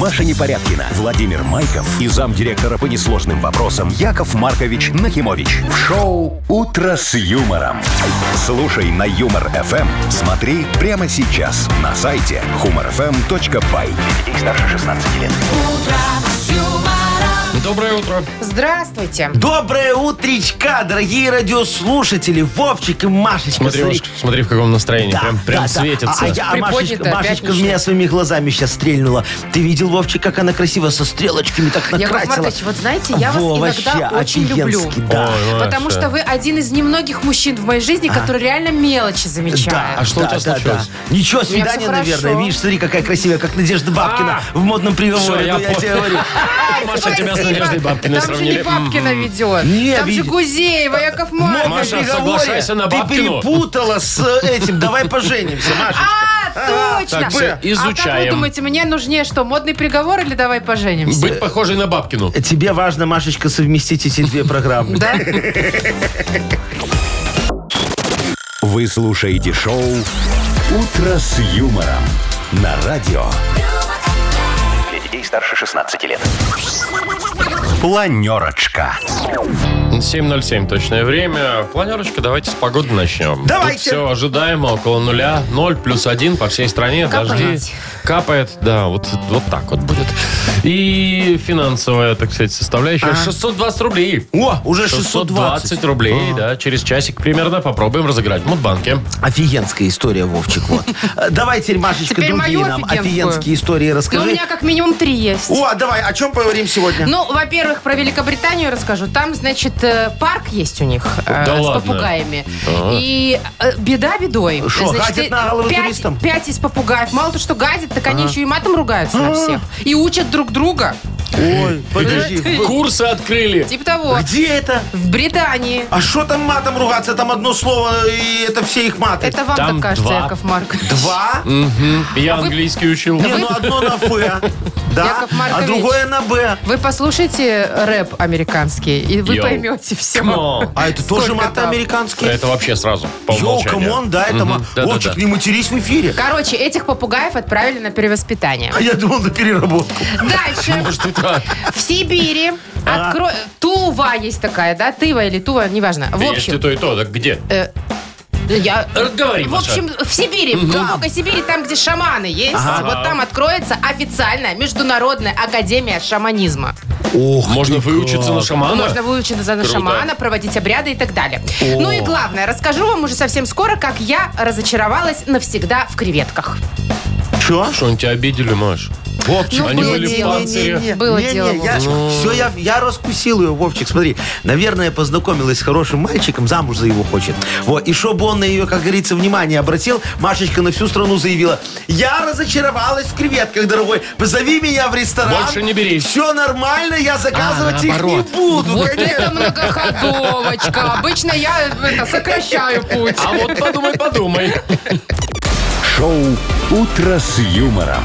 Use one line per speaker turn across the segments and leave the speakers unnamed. Маша Непорядкина, Владимир Майков и замдиректора по несложным вопросам Яков Маркович Нахимович. В шоу «Утро с юмором». Слушай на «Юмор-ФМ». Смотри прямо сейчас на сайте humorfm.by. Для детей старше 16 лет.
Доброе утро.
Здравствуйте.
Доброе утречка, дорогие радиослушатели, Вовчик и Машечка.
Смотри,
смотри.
Машка, смотри, в каком настроении.
Да,
прям прям
да, да.
светится.
А, а я- а Машечка,
Приподнятая
Машечка
пятничная.
меня своими глазами сейчас стрельнула. Ты видел, Вовчик, как она красиво со стрелочками так накрасила?
Яков Маркович, вот знаете, я вас
Во,
иногда
вообще,
очень люблю.
офигенски, Да.
Ой, Маша.
Потому что вы один из немногих мужчин в моей жизни, который реально мелочи
Да,
замечает.
А что у тебя случилось?
Ничего,
меня всё
свидание,
хорошо.
наверное. Видишь, смотри, какая красивая, как Надежда Бабкина в модном
А! Всё,
приговоре.
я
Ну, я
понял.
тебе говорю.
Маша, А тебя с
Спасибо.
Надеждой Бабкиной
Там же не
сравнили. М.
Бабкина ведет.
Не,
Там же
видит.
Гузеева, Яков
Модном
Маркович.
Маша,
приговоре
соглашайся на
Ты
Бабкину.
перепутала с этим. Давай поженимся, Машечка.
А, точно.
так, всё,
А как вы
изучаем.
думаете, мне нужнее что, модный приговор или давай поженимся?
Быть похожей на Бабкину.
Тебе важно, Машечка, совместить эти две программы.
Да?
Вы слушаете шоу «Утро с юмором» на радио. Для детей старше 16 лет. Планерочка.
7.07 точное время. Планерочка, давайте с погоды начнем.
Давайте.
все ожидаемо, около нуля. 0 плюс 1 по всей стране.
Капает.
Дожди. Капает, да, вот, вот так вот будет. И финансовая, так сказать, составляющая 620 рублей.
О, уже 620.
620 рублей, да, через часик примерно попробуем разыграть в Мудбанке.
Офигенская история, Вовчик, вот. Э, Давай теперь, Машечка,
Теперь
другие
мою
нам
офигенскую.
офигенские истории
Ну, у
расскажи.
меня как минимум три есть.
О, а давай, о чем поговорим сегодня?
Ну, во-первых, про Великобританию расскажу. Там, значит, э, парк есть у них э,
Да
с
ладно?
попугаями. И э, беда бедой.
Шо,
Значит,
гадят на головы
пять-
туристам? А.
Пять из попугаев. Мало то, что гадят, так они еще и матом ругаются на всех. И учат друг друга.
Ой,
ну,
подожди.
Курсы открыли.
Типа того.
Где это?
В Британии.
А что там матом ругаться? Там одно слово, и это все их маты.
Это вам
Там
так кажется,
два.
Яков Маркович.
Два?
Я английский учил.
Не, ну одно на «ф», да,
Яков
а
Маркович.
другое на «б».
Вы послушайте рэп американский, и вы
Йоу.
поймете все.
Камон.
А это тоже
Сколько
маты
там?
американские?
Это вообще сразу, по
Йоу,
умолчанию.
камон, да, это ма-
Да-да-да.
Вовчик, не матерись в эфире.
Короче, этих попугаев отправили на перевоспитание.
А я думал на переработку.
Дальше.
Может, и так.
В Сибири.
А.
Откро... Тува есть такая, да? Тыва или Тува, неважно. В
Есть и
общем,
то, и то. Так где?
я...
Разговори,
В
Маша.
общем, в Сибири, в глубокой Сибири, там, где шаманы есть, вот там откроется официальная международная академия шаманизма.
Можно выучиться на шамана?
Можно выучить за
Круто.
шамана, проводить обряды и так далее. Ну и главное, расскажу вам уже совсем скоро, как я разочаровалась навсегда в креветках.
Че?
Что, они тебя обидели, Маш?
Вовчик,
Ну,
Они
было
были в
дело.
панцире.
Было дело,
Все, я, я раскусил ее, Вовчик. Смотри, наверное, познакомилась с хорошим мальчиком, замуж за его хочет. Вот, и чтобы он на ее, как говорится, внимание обратил, Машечка на всю страну заявила, я разочаровалась в креветках, дорогой, позови меня в ресторан.
Больше не бери».
Все нормально, я заказывать
А,
их не
наоборот.
буду.
Вот
конечно.
это многоходовочка. Обычно я это, сокращаю путь.
А вот подумай, подумай.
Шоу «Утро с юмором»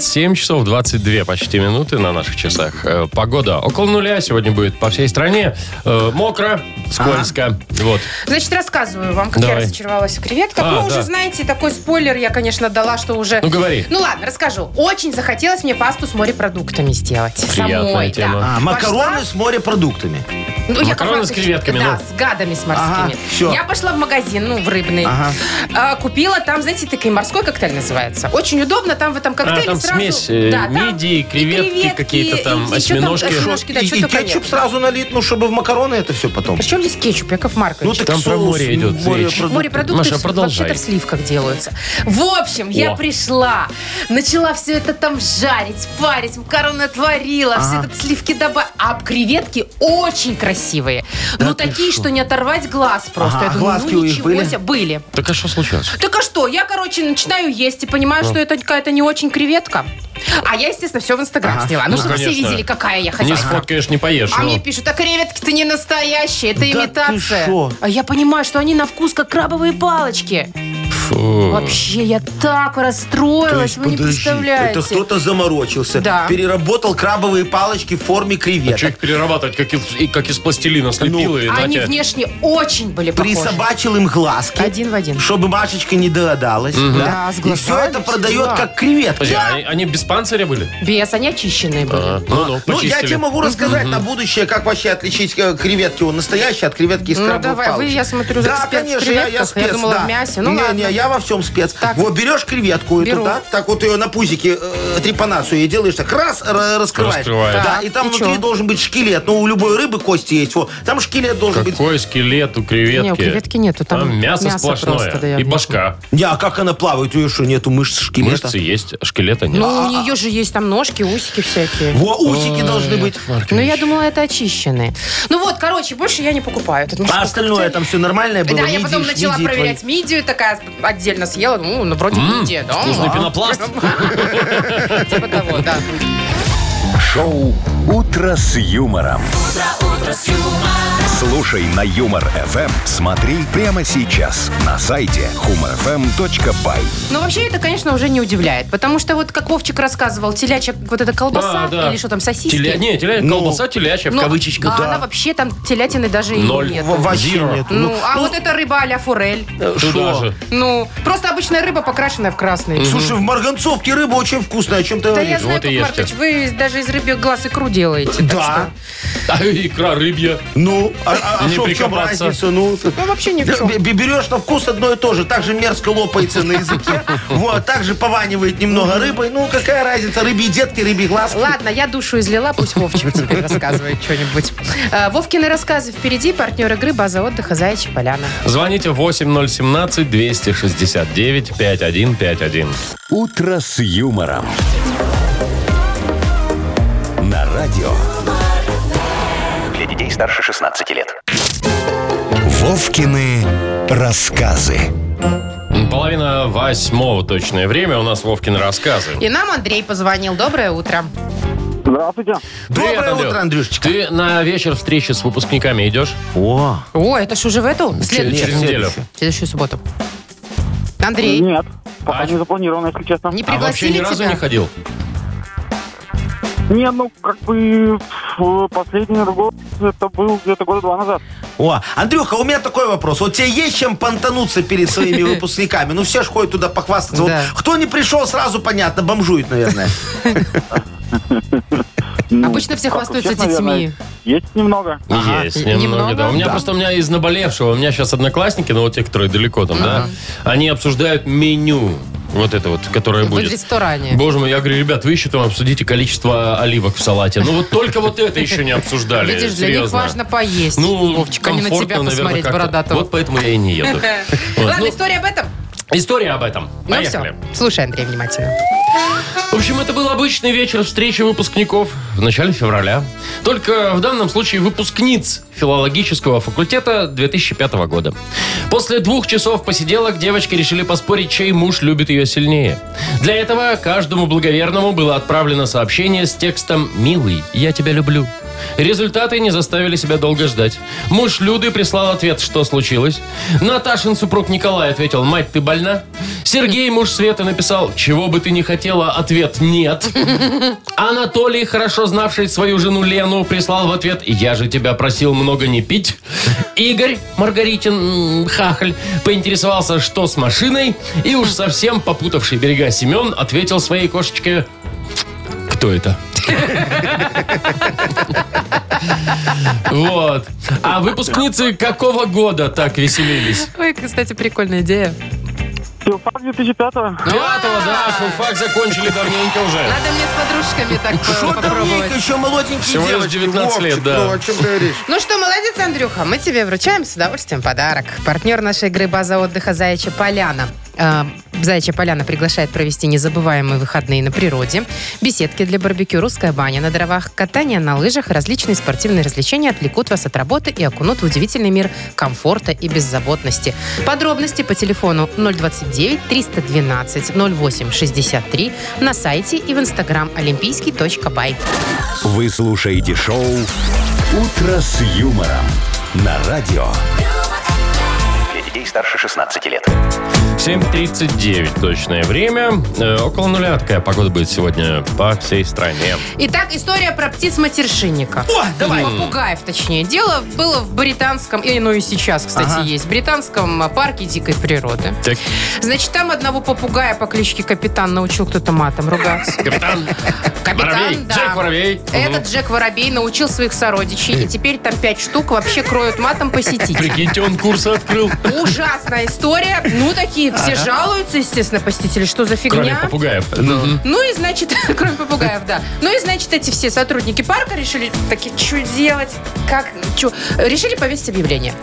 7 часов 22 почти минуты на наших часах. Э, Погода около нуля сегодня будет по всей стране. Э, Мокро, скользко. Вот.
Значит, рассказываю вам, как
Давай.
я разочаровалась в креветках.
А,
ну,
да.
уже знаете, такой спойлер я, конечно, дала, что уже...
Ну, говори.
Ну, ладно, расскажу. Очень захотелось мне пасту с морепродуктами сделать.
Приятная
Самой,
тема.
да.
А, макароны с морепродуктами.
Ну, я
Макароны
как-то-
с креветками,
Да,
ну.
с гадами с морскими.
Ага, всё.
Я пошла в магазин, ну, в рыбный.
Ага.
А, купила там, знаете, такой морской коктейль называется. Очень удобно, там в этом коктейле
А, там
сразу...
смесь, э, мидии,
и
креветки какие-то там,
и ещё
осьминожки.
осьминожки, да,
и,
что
и
только
кетчуп
нет.
сразу налит, ну, чтобы в макароны это все потом.
Причем здесь кетчуп, Яков Маркович?
Ну, так
Там про
соус,
море идет речь.
морепродукты.
Морепродукты
Маша,
в-
продолжай.
вообще-то в сливках делаются. В общем, я
О.
пришла, начала все это там жарить, парить, макароны отварила, все это сливки добавила. А креветки очень красивые. ну, такие, что не оторвать глаз просто.
Ага,
я
а
думаю,
глазки
ну,
у них
ничего
были?
себе, были.
Так а что случилось? Ну.
Так а что, я, короче, начинаю есть и понимаю, что это какая-то не очень креветка. А я, естественно, все в Инстаграм сняла. Ну,
Ну,
чтобы все
конечно.
видели, какая я
Не
хозяйка.
сфоткаешь, не поешь.
А
ну.
мне пишут, а креветки-то не настоящие, это
Да ты
имитация.
шо?
А я понимаю, что они на вкус как крабовые палочки.
Фу.
Вообще, я так
То есть,
расстроилась, вы не
подожди,
представляете.
Это кто-то заморочился,
Да.
переработал крабовые палочки в форме
А что
креветок.
их перерабатывать, как из, и как из пластилина слепила? и на
Они
тебя-
внешне очень были похожи.
Присобачил им глазки.
Один в один.
Чтобы Машечка не догадалась.
Да, с
и все
глазами
это
всё.
продает как креветки.
Подожди, а они, они без панциря были?
Без, они очищенные были.
А, ну, ну,
Ну, я
почистили.
тебе могу рассказать на будущее, как вообще отличить э, креветки у настоящие от креветки из
Ну,
крабовых
давай, вы,
палочек.
я смотрю,
Да,
эксперт в
конечно, я, я
креветках, я
спец.
думала,
да.
в мясе. Ну,
не,
ладно.
не, я во всем спец.
Так.
Вот берешь креветку
Беру.
эту, да, так вот ее на пузике э, трепанацию и делаешь так, раз, р- раскрываешь.
Раскрываешь.
Да,
Так,
и там
и
внутри
чё?
должен быть шкелет. Ну, у любой рыбы кости есть. Вот, там шкелет должен быть.
Какой скелет у креветки?
Не, у креветки нету, там
мясо,
мясо
сплошное.
просто, да, я
и
вижу.
башка.
Не, а как она плавает? У нее что, нету мышц шкелета?
Мышцы есть, а скелета нет.
Ну, у нее
а.
же есть там ножки, усики всякие.
Во, усики должны быть.
Ну, я думала, это очищенные. Ну вот, короче, больше я не покупаю. этот
А
мужской
остальное
коктейль.
там все нормальное было?
Да, я потом
Мидии,
начала
мидии твои.
проверять мидию, такая отдельно съела. Ну, ну, вроде мидия, да.
вкусный
да.
пенопласт.
Типа того, да.
Шоу «Утро с юмором». Слушай на Юмор ФМ, смотри прямо сейчас на сайте humorfm.by.
Но Ну, вообще это, конечно, уже не удивляет. Потому что вот, как Вовчик рассказывал, телячья вот эта колбаса
А, да.
или что там, сосиски.
Теля- Не, теля...
Ну.
колбаса телячья в
Ну,
кавычечках.
А она вообще там телятины даже и
Ноль.
нет.
Во- Вообще
Zero.
нету. э,
Ну, а вот это рыба а-ля форель.
Туда
шо?
же.
Ну, просто обычная рыба, покрашенная в красный.
Слушай, в марганцовке рыба очень вкусная. О чем ты
Да
говоришь?
я знаю,
ну, вот и
Яков
ешьте.
Маркович, вы даже из рыбьих глаз икру делаете. так
Да.
А, икра рыбья.
Ну, а- а а
Не
шо, в чем
прикопаться.
разница? Ну, ты-
что- Ну, вообще ни в
Да,
чем.
б- берешь на вкус одно и то же. Так же мерзко лопается на языке. Вот, так же пованивает немного рыбой. Ну, какая разница? Рыбий детки, рыбий глаз.
Ладно, я душу излила, пусть Вовчик теперь рассказывает что-нибудь. Э, Вовкины рассказы впереди, партнер игры «База отдыха Заячья Поляна».
Звоните 8017-269-5151.
«Утро с юмором». На радио.
Для детей старше 16 лет.
Вовкины рассказы.
Половина восьмого точное время у нас Вовкин рассказы.
И нам Андрей позвонил. Доброе утро.
Здравствуйте.
Доброе
Привет, Андрю.
утро, Андрюшечка.
Ты на вечер встречи с выпускниками идешь?
О,
О, это ж уже в эту? В
Че-
следующую,
Через неделю. А
в следующую субботу. Андрей,
Нет, пока
А?
не запланировано, если честно.
А вообще ни
не пригласили
разу
тебя?
не ходил?
Не, ну, как бы в последний год это был где-то года два назад.
о. Андрюха, у меня такой вопрос. Вот тебе есть чем понтануться перед своими выпускниками? Ну, все ж ходят туда похвастаться. Вот
Да.
кто не пришел, сразу понятно, бомжует, наверное.
Ну,
Обычно все
как у
хвастаются
всех, наверное,
детьми.
Есть немного.
Ну, Есть,
Немного?
немного, да. У меня
Да.
просто у меня из наболевшего, у меня сейчас одноклассники, ну вот те, которые далеко там, да, они обсуждают меню. Вот это вот, которое
В
будет.
ресторане.
Боже мой, я говорю, ребят, вы еще там обсудите количество оливок в салате. Ну вот только вот это еще не обсуждали.
Видишь, для них
серьезно.
важно поесть.
Ну,
Вовчик, а не на
комфортно,
тебя
наверное,
посмотреть
как-то.
бородатого.
Вот поэтому я и не еду. Вот.
Ладно,
Ну,
история об этом?
История об этом.
Ну
Поехали.
все, слушай, Андрей, внимательно.
В общем, это был обычный вечер встречи выпускников в начале февраля. Только в данном случае выпускниц филологического факультета 2005 года. После двух часов посиделок девочки решили поспорить, чей муж любит ее сильнее. Для этого каждому благоверному было отправлено сообщение с текстом «Милый, я тебя люблю». Результаты не заставили себя долго ждать. Муж Люды прислал ответ, что случилось. Наташин супруг Николай ответил, мать, ты больна? Сергей, муж Светы, написал, чего бы ты не хотела, ответ нет. Анатолий, хорошо знавший свою жену Лену, прислал в ответ, я же тебя просил много не пить. Игорь Маргаритин м, Хахаль поинтересовался, что с машиной, и уж совсем попутавший берега Семен ответил своей кошечке, кто это? Вот. А выпускницы какого года так веселились?
Ой, кстати, прикольная идея.
Филфак 2005
Пятого, да, филфак закончили давненько уже.
Надо мне с подружками так
Что
э,
там
попробовать.
Ника, еще молоденькие
Всего лишь
девочки.
19 лет,
Вовчик,
да.
Ну, о чем ты говоришь?
Ну что, молодец, Андрюха. Мы тебе вручаем с удовольствием подарок. Партнер нашей игры «База отдыха Заячья Поляна». Э, Заячья Поляна приглашает провести незабываемые выходные на природе, беседки для барбекю, русская баня на дровах, катание на лыжах и различные спортивные развлечения отвлекут вас от работы и окунут в удивительный мир комфорта и беззаботности. Подробности по телефону 029-312-08-63 на сайте и в инстаграм олимпийский.бай.
Вы слушаете шоу «Утро с юмором» на радио.
Для детей детей старше 16 лет.
7.39 точное время. Э, около нуля такая погода будет сегодня по всей стране.
Итак, история про птиц-матершинника.
О, давай.
Попугаев, точнее. Дело было в британском, и, ну и сейчас, кстати,
Ага.
есть, британском э, парке дикой природы.
Так,
Значит, там одного попугая по кличке Капитан научил кто-то матом ругаться.
капитан,
Капитан,
Воробей,
да.
Джек Воробей.
Этот Джек Воробей научил своих сородичей, и теперь там пять штук вообще кроют матом посетителей.
Прикиньте, он курсы открыл.
Ужасная история. Ну, такие все жалуются, естественно, посетители, что за
Кроме
фигня.
попугаев.
Ну и значит, кроме попугаев, да. Ну и значит, эти все сотрудники парка решили такие, что делать, как, чё? Решили повесить объявление.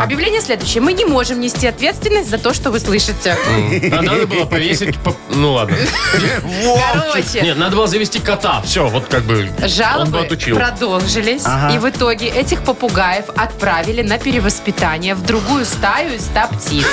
Объявление следующее. Мы не можем нести ответственность за то, что вы слышите.
А надо было повесить... поп- Ну ладно.
Короче,
Нет, надо было завести кота. Все, вот как бы... Он бы
жалобы
отучил.
продолжились, и в итоге этих попугаев отправили на перевоспитание в другую стаю из ста птиц.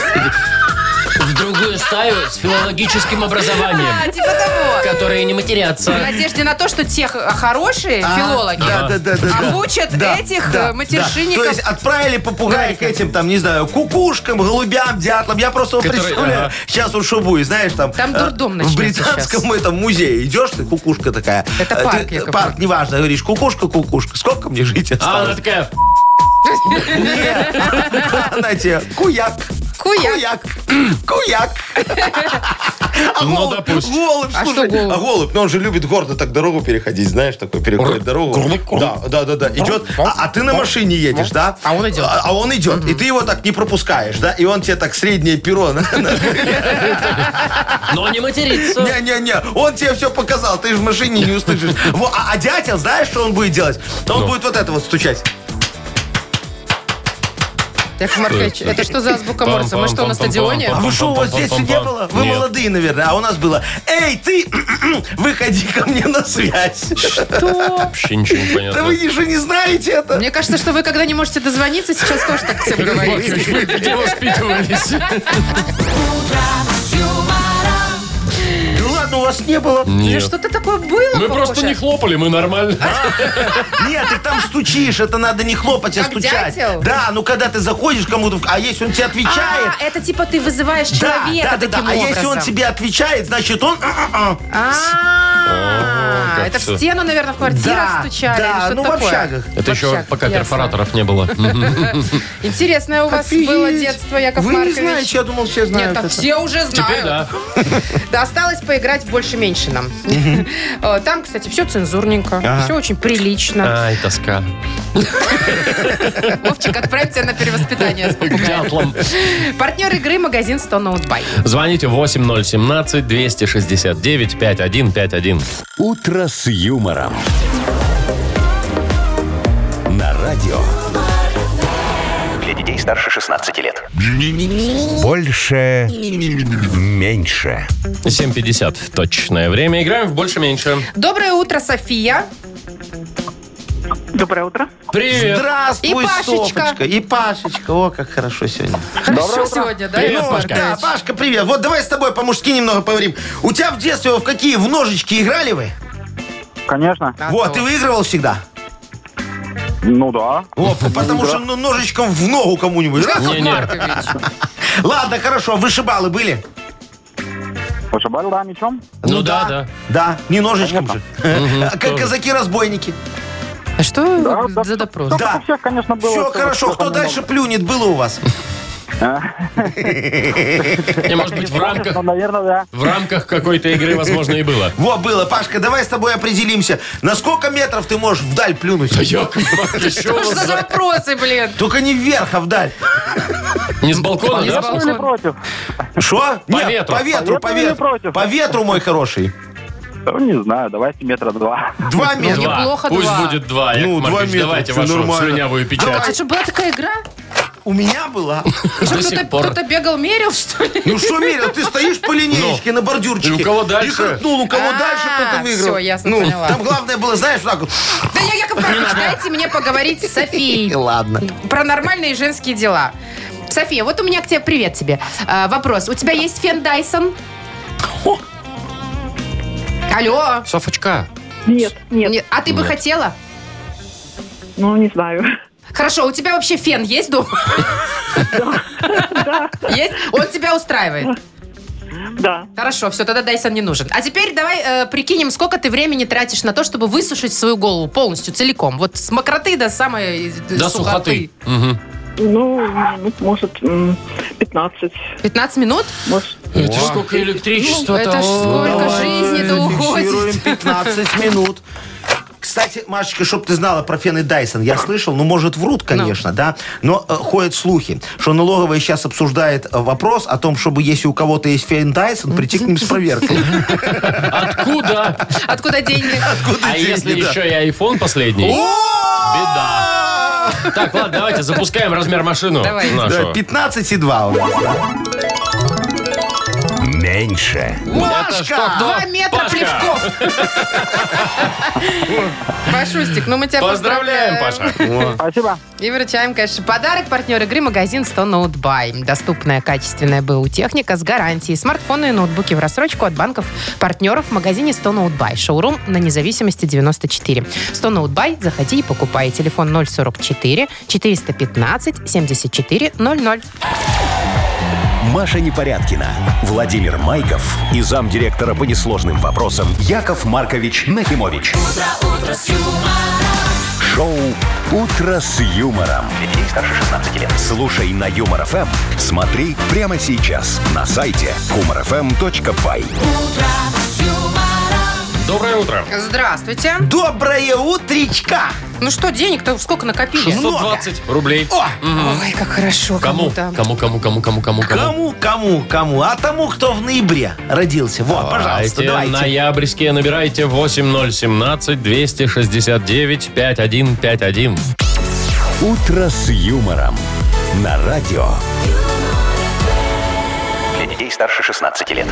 В другую стаю с филологическим
А,
образованием,
типа того.
которые не
В
матерятся.
надежде на то, что те х- хорошие филологи
А. Да, да, да, да, да.
обучат
Да,
этих
да,
э,
да.
матершинников.
То есть отправили попугая к
Гарика.
этим, там, не знаю, кукушкам, голубям, дятлам. Я просто вот
Которые,
представляю,
ага.
сейчас вот что будет, знаешь, там...
Там
э,
дурдом
В
начнется
британском этом музее идешь, ты кукушка такая.
Это
Э,
парк,
ты-
Яков
Парк,
Маркович.
неважно, говоришь, кукушка, кукушка, сколько мне жить
А она
осталось?
такая...
Она тебе куяк.
Куяк.
Куяк. Куяк. А
Ну,
голубь-
допустим.
Голубь,
А что
слушай,
голубь?
а голубь, ну он же любит гордо так дорогу переходить, знаешь, такой переходит дорогу. Да, да, да, да, идет. А а ты на машине едешь, да?
А он идет.
А а он идет, и ты его так не пропускаешь, да? И он тебе так среднее перо. на- на-
Но не матерится.
Не-не-не, он тебе все показал, ты же в машине не услышишь. Во, А а дятел, знаешь, что он будет делать? Он будет вот это вот стучать.
Яков Маркович,
это?
это что за азбука
Пам,
Морса?
пам,
Мы что,
пам,
на
пам,
стадионе?
А вы что, у вас здесь
Пам-пам-пам-пам-пам.
не было? Вы
Нет.
молодые, наверное. А у нас было, эй, ты, выходи ко мне на связь.
Вообще ничего не
Да
понятно.
вы же не знаете это.
Мне кажется, что вы, когда не можете дозвониться, сейчас тоже так всем говорите.
Вы где воспитывались?
Ну ладно, у вас не было.
Ну
Нет.
что-то такое было,
Мы
Вовка?
просто не хлопали, мы нормально.
Нет, ты там стучишь, это надо не хлопать, а
Как
стучать.
дятел?
Да, ну когда ты заходишь кому-то, в- а если он тебе отвечает,
А, это типа ты вызываешь
да,
человека
да, да, да.
таким
А
образом.
если он тебе отвечает, значит он... а, а-а-а.
О,
А,
как
это в
всё.
стену, наверное, в квартирах
Да,
стучали.
да,
или что-то
ну, в
такое.
общагах.
Это еще
общагах,
пока
ясно.
перфораторов не было. Мгм.
Интересное у вас
Офигеть.
было детство, Яков
Вы
Маркович.
не знаете, я думал, все знают
Нет, так
это.
все уже знают.
Теперь да.
Да осталось поиграть в больше-меньше нам. Э, Там, кстати, все цензурненько, все очень прилично.
Ай, тоска. Э.
Вовчик, отправьте на перевоспитание с попугаем.
Дятлом.
Партнер игры магазин 100 ноутбай.
Звоните 8017-269-5151.
«Утро с юмором». На радио
Для детей старше 16 лет.
«Больше, меньше».
7.50 точное время. Играем в больше-меньше.
Доброе утро, София.
Доброе утро.
Привет.
Здравствуй,
И Пашечка.
Софочка. И Пашечка. О, как хорошо сегодня.
Хорошо сегодня, да?
Привет,
Яков
Ну,
Пашка.
Да,
Маркович?
Пашка, привет. Вот давай с тобой по-мужски немного поговорим. У тебя в детстве в какие в ножички играли вы?
Конечно.
Да,
вот,
то.
ты выигрывал всегда.
Ну да.
О, потому что ну, ножичком в ногу кому-нибудь. Раз.
Яков
Не-не.
Маркович.
Ладно, хорошо, вышибалы были?
Пошибал, да, мечом?
Ну да, да.
Да, не ножичком же. Как
тоже.
казаки-разбойники.
А что
Да,
вы
да,
за допрос?
да.
Да.
у всех, конечно, было.
Все
Всего
хорошо,
всего
кто
много.
дальше плюнет, было у вас?
Не, может быть, в рамках,
Ну, наверное, да.
в рамках какой-то игры, возможно, и было.
Во, было. Пашка, давай с тобой определимся. На сколько метров ты можешь вдаль плюнуть?
Яков Маркович, что у
Что
вас
за
за-
вопросы, блин?
Только не вверх, а вдаль.
Не с балкона,
Не с
да?
балкона.
Ну, Или против?
Что?
По
Нет,
ветру.
По ветру, по
По ветру или
ветру.
против?
По ветру, мой хороший.
Ну, не знаю, давайте метра два.
Два метра.
Ну, Два.
Неплохо
Пусть
два.
будет два. Яков
Ну, два
Маркович,
метра,
давайте
всё
вашу
нормально.
слюнявую печать.
А что, была такая игра?
У меня была.
Что
До
кто-то,
сих пор.
кто-то бегал, мерил, что ли?
Ну что, Миря, ты стоишь по линеечке на бордюрчике.
Ну. И у кого дальше?
И хартнул, у кого
А,
дальше кто-то выиграл.
всё, ясно,
Ну,
поняла.
Там главное было, знаешь, вот так вот.
Да я, Яков Маркович, дайте мне поговорить с Софией.
И ладно.
Про нормальные женские дела. София, вот у меня к тебе привет тебе. А, вопрос. У тебя есть фен Дайсон? Алло.
Софочка.
Нет, нет,
Нет, А ты бы хотела?
ну не знаю.
Хорошо, у тебя вообще фен есть дома? Есть? Он тебя устраивает.
Да.
Хорошо, все, тогда Дайсон не нужен. А теперь давай э, прикинем, сколько ты времени тратишь на то, чтобы высушить свою голову полностью, целиком. Вот с мокроты до самой э,
До сухоты. Мгм.
Ну, минут, может, м, 15.
15 минут?
Может,
Это ж сколько электричества-то.
Ну, это ж сколько
Ой.
Только жизни-то
Фиксируем
уходит.
15 минут. Кстати, Машечка, чтоб ты знала про Фен и Дайсон, я слышал, ну, может, врут, конечно, да, но э, ходят слухи, что налоговая сейчас обсуждает э, вопрос о том, чтобы, если у кого-то есть Фен Дайсон, прийти к ним с проверкой.
Откуда?
Откуда деньги?
Откуда
А
деньги,
если
да?
еще и айфон последний?
О!
Беда. Так, ладно, давайте запускаем размер машину.
Давайте.
нашу.
Да, 15 и 2 у нас.
Меньше.
Это что, кто?
Два метра
Пашка.
плевков. Пашустик, ну мы тебя
Поздравляем, Паша.
Спасибо.
И вручаем, конечно, подарок. Партнер игры магазин 100 ноутбай. Доступная качественная БУ техника с гарантией. Смартфоны и ноутбуки в рассрочку от банков партнеров в магазине 100 ноутбай. Шоурум на независимости 94. 100 ноутбай. Заходи и покупай. Телефон 044 415 74 00.
Маша Непорядкина, Владимир Майков и замдиректора по несложным вопросам Яков Маркович Нахимович. Шоу Утро с юмором. Детей старше 16 лет. Слушай на юмор ФМ. Смотри прямо сейчас на сайте humorfm.by.
Доброе утро.
Здравствуйте.
Доброе утречка!
Ну что, денег-то сколько накопили?
620 рублей.
О!
Ой, как хорошо.
ну, Кому?
Кому-то.
Кому, кому, кому, кому, кому, кому?
Кому, кому, кому? А тому, кто в ноябре родился. Вот, пожалуйста,
Давайте
давайте.
ноябрьские набирайте 8017-269-5151.
Утро с юмором. На радио.
Для детей старше 16 лет.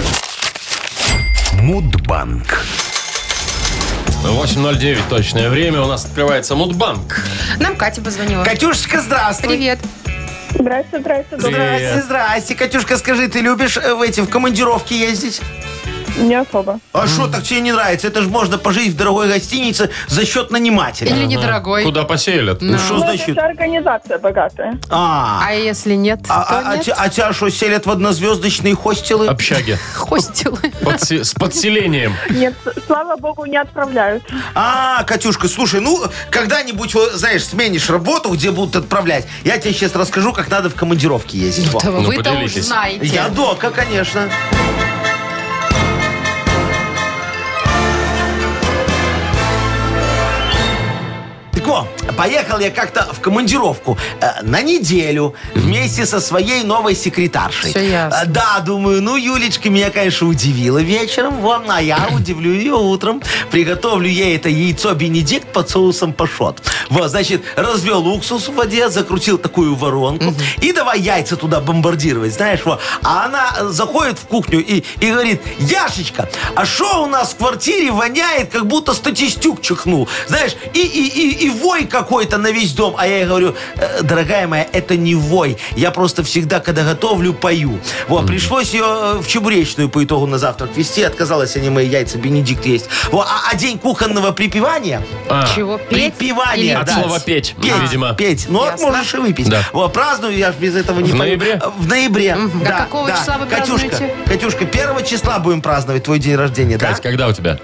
Мудбанк.
8.09 точное время. У нас открывается Мудбанк.
Нам Катя позвонила.
Катюшечка, здравствуй.
Привет.
Здрасте, здрасте.
Привет.
Здрасте, здрасте. Катюшка, скажи, ты любишь э, в эти в командировки ездить?
Не особо.
А что так тебе не нравится? Это же можно пожить в дорогой гостинице за счет нанимателя.
Или недорогой.
Куда поселят?
Ну что
Ну, это
значит?
вся организация богатая.
А,
А если нет, то
а,
нет.
тебя что, селят в однозвездочные хостелы?
Общаги.
Хостилы.
Подсе- С подселением.
Нет, с- слава богу, не отправляют.
А, Катюшка, слушай, ну, когда-нибудь, вот, знаешь, сменишь работу, где будут отправлять. Я тебе сейчас расскажу, как надо в командировке ездить. Во.
Да
Ну,
Вы-то уж
поделитесь.
знаете.
Я дока, конечно. Так вот, поехал я как-то в командировку э, на неделю вместе со своей новой секретаршей.
Всё ясно.
Э, Да, думаю, ну, Юлечка меня, конечно, удивила вечером, вон, а я удивлю ее утром. Приготовлю ей это яйцо Бенедикт под соусом пашот. Вот, значит, развел уксус в воде, закрутил такую воронку и давай яйца туда бомбардировать, знаешь, вот. А она э, заходит в кухню и, и говорит, Яшечка, а что у нас в квартире воняет, как будто статистюк чихнул, знаешь, и, и, и, и вой какой-то на весь дом. А я ей говорю, «Э, дорогая моя, это не вой, я просто всегда, когда готовлю, пою. Вот, пришлось ее э, в чебуречную по итогу на завтрак вести, отказалась, они мои яйца, Бенедикт есть. Вот, а, а день кухонного припевания,
А,
Чего? Петь? или
припевания,
От
да.
пить?
слова петь,
Петь,
видимо.
петь. Ну, вот
Ясно.
можешь и выпить.
Да.
Вот, праздную, я ж без этого не
В
пою.
ноябре?
Э, В ноябре,
Мгм. А
да,
какого
да.
числа вы
Катюшка,
празднуете?
Катюшка, первого числа будем праздновать твой день рождения, да?
Кать, когда у тебя?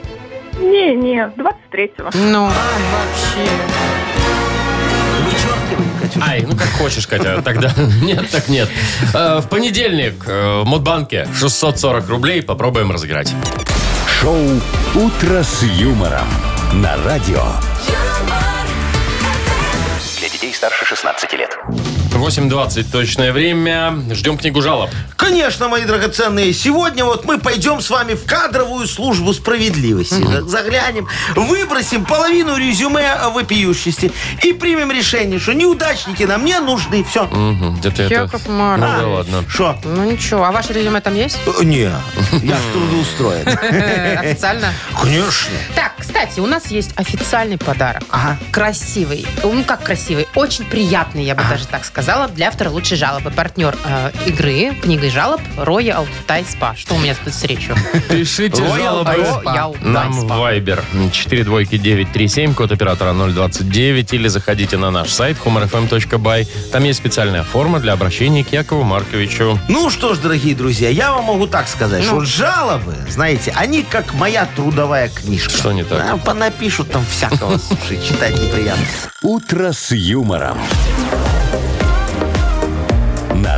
Не, не, 23-го.
Ну, вообще.
Ай, ну как хочешь, Катя, тогда нет, так нет. Э, В понедельник э, в Модбанке 640 рублей попробуем разыграть.
Шоу Утро с юмором. На радио.
Для детей старше 16 лет.
8.20 точное время. Ждем книгу жалоб.
Конечно, мои драгоценные, сегодня вот мы пойдем с вами в кадровую службу справедливости. Заглянем, выбросим половину резюме э, вопиющести и примем решение, что неудачники нам не нужны. Все.
Мгм, Где-то это...
Яков
Ну
Маркович.
да ладно.
Что? Э,
Ну ничего, а ваше резюме там есть?
Не, я ж трудоустроен.
Э, Официально?
Конечно.
Так, кстати, у нас есть официальный подарок.
Ага.
Красивый. Ну как красивый? Очень приятный, я бы даже так жалоб для автора лучшей жалобы. Партнер э, игры, книга и жалоб Royal Thai Spa. Что у меня тут с речью?
Пишите
Royal
жалобы
Ice
Royal
нам
Thai
в
Spa.
Viber 42937, код оператора 029, или заходите на наш сайт humorfm.by. Там есть специальная форма для обращения к Якову Марковичу.
Ну что ж, дорогие друзья, я вам могу так сказать,
Ну.
что жалобы, знаете, они как моя трудовая книжка.
Что не так?
А, Понапишут там всякого, слушай, читать неприятно.
«Утро с юмором». На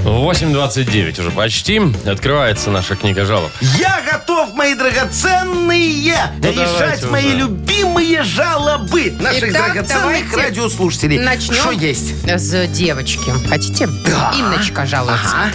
8.29 уже почти. Открывается наша книга жалоб.
Я готов, мои драгоценные, решать
Ну, давайте
мои
уже.
любимые жалобы наших
Итак,
драгоценных
давайте
радиослушателей.
Начнем
Что есть?
с девочки. Хотите? Инночка жалуется.
Ага.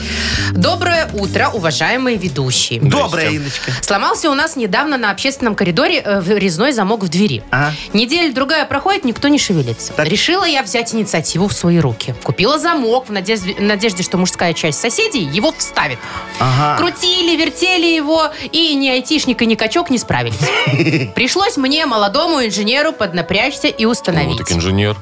Доброе утро, уважаемые ведущие.
Ну
Добрая, Иночка.
Сломался у нас недавно на общественном коридоре э, в- резной замок в двери.
Ага.
Неделя-другая проходит, никто не шевелится.
Так.
Решила я взять инициативу в свои руки. Купила замок в надежде, в надежде, что мужская часть соседей его вставит.
Ага.
Крутили, вертели его, и ни айтишник, и ни качок не справились. Пришлось мне, молодому инженеру, поднапрячься
Вот
и
Ну,
установить.
так инженер.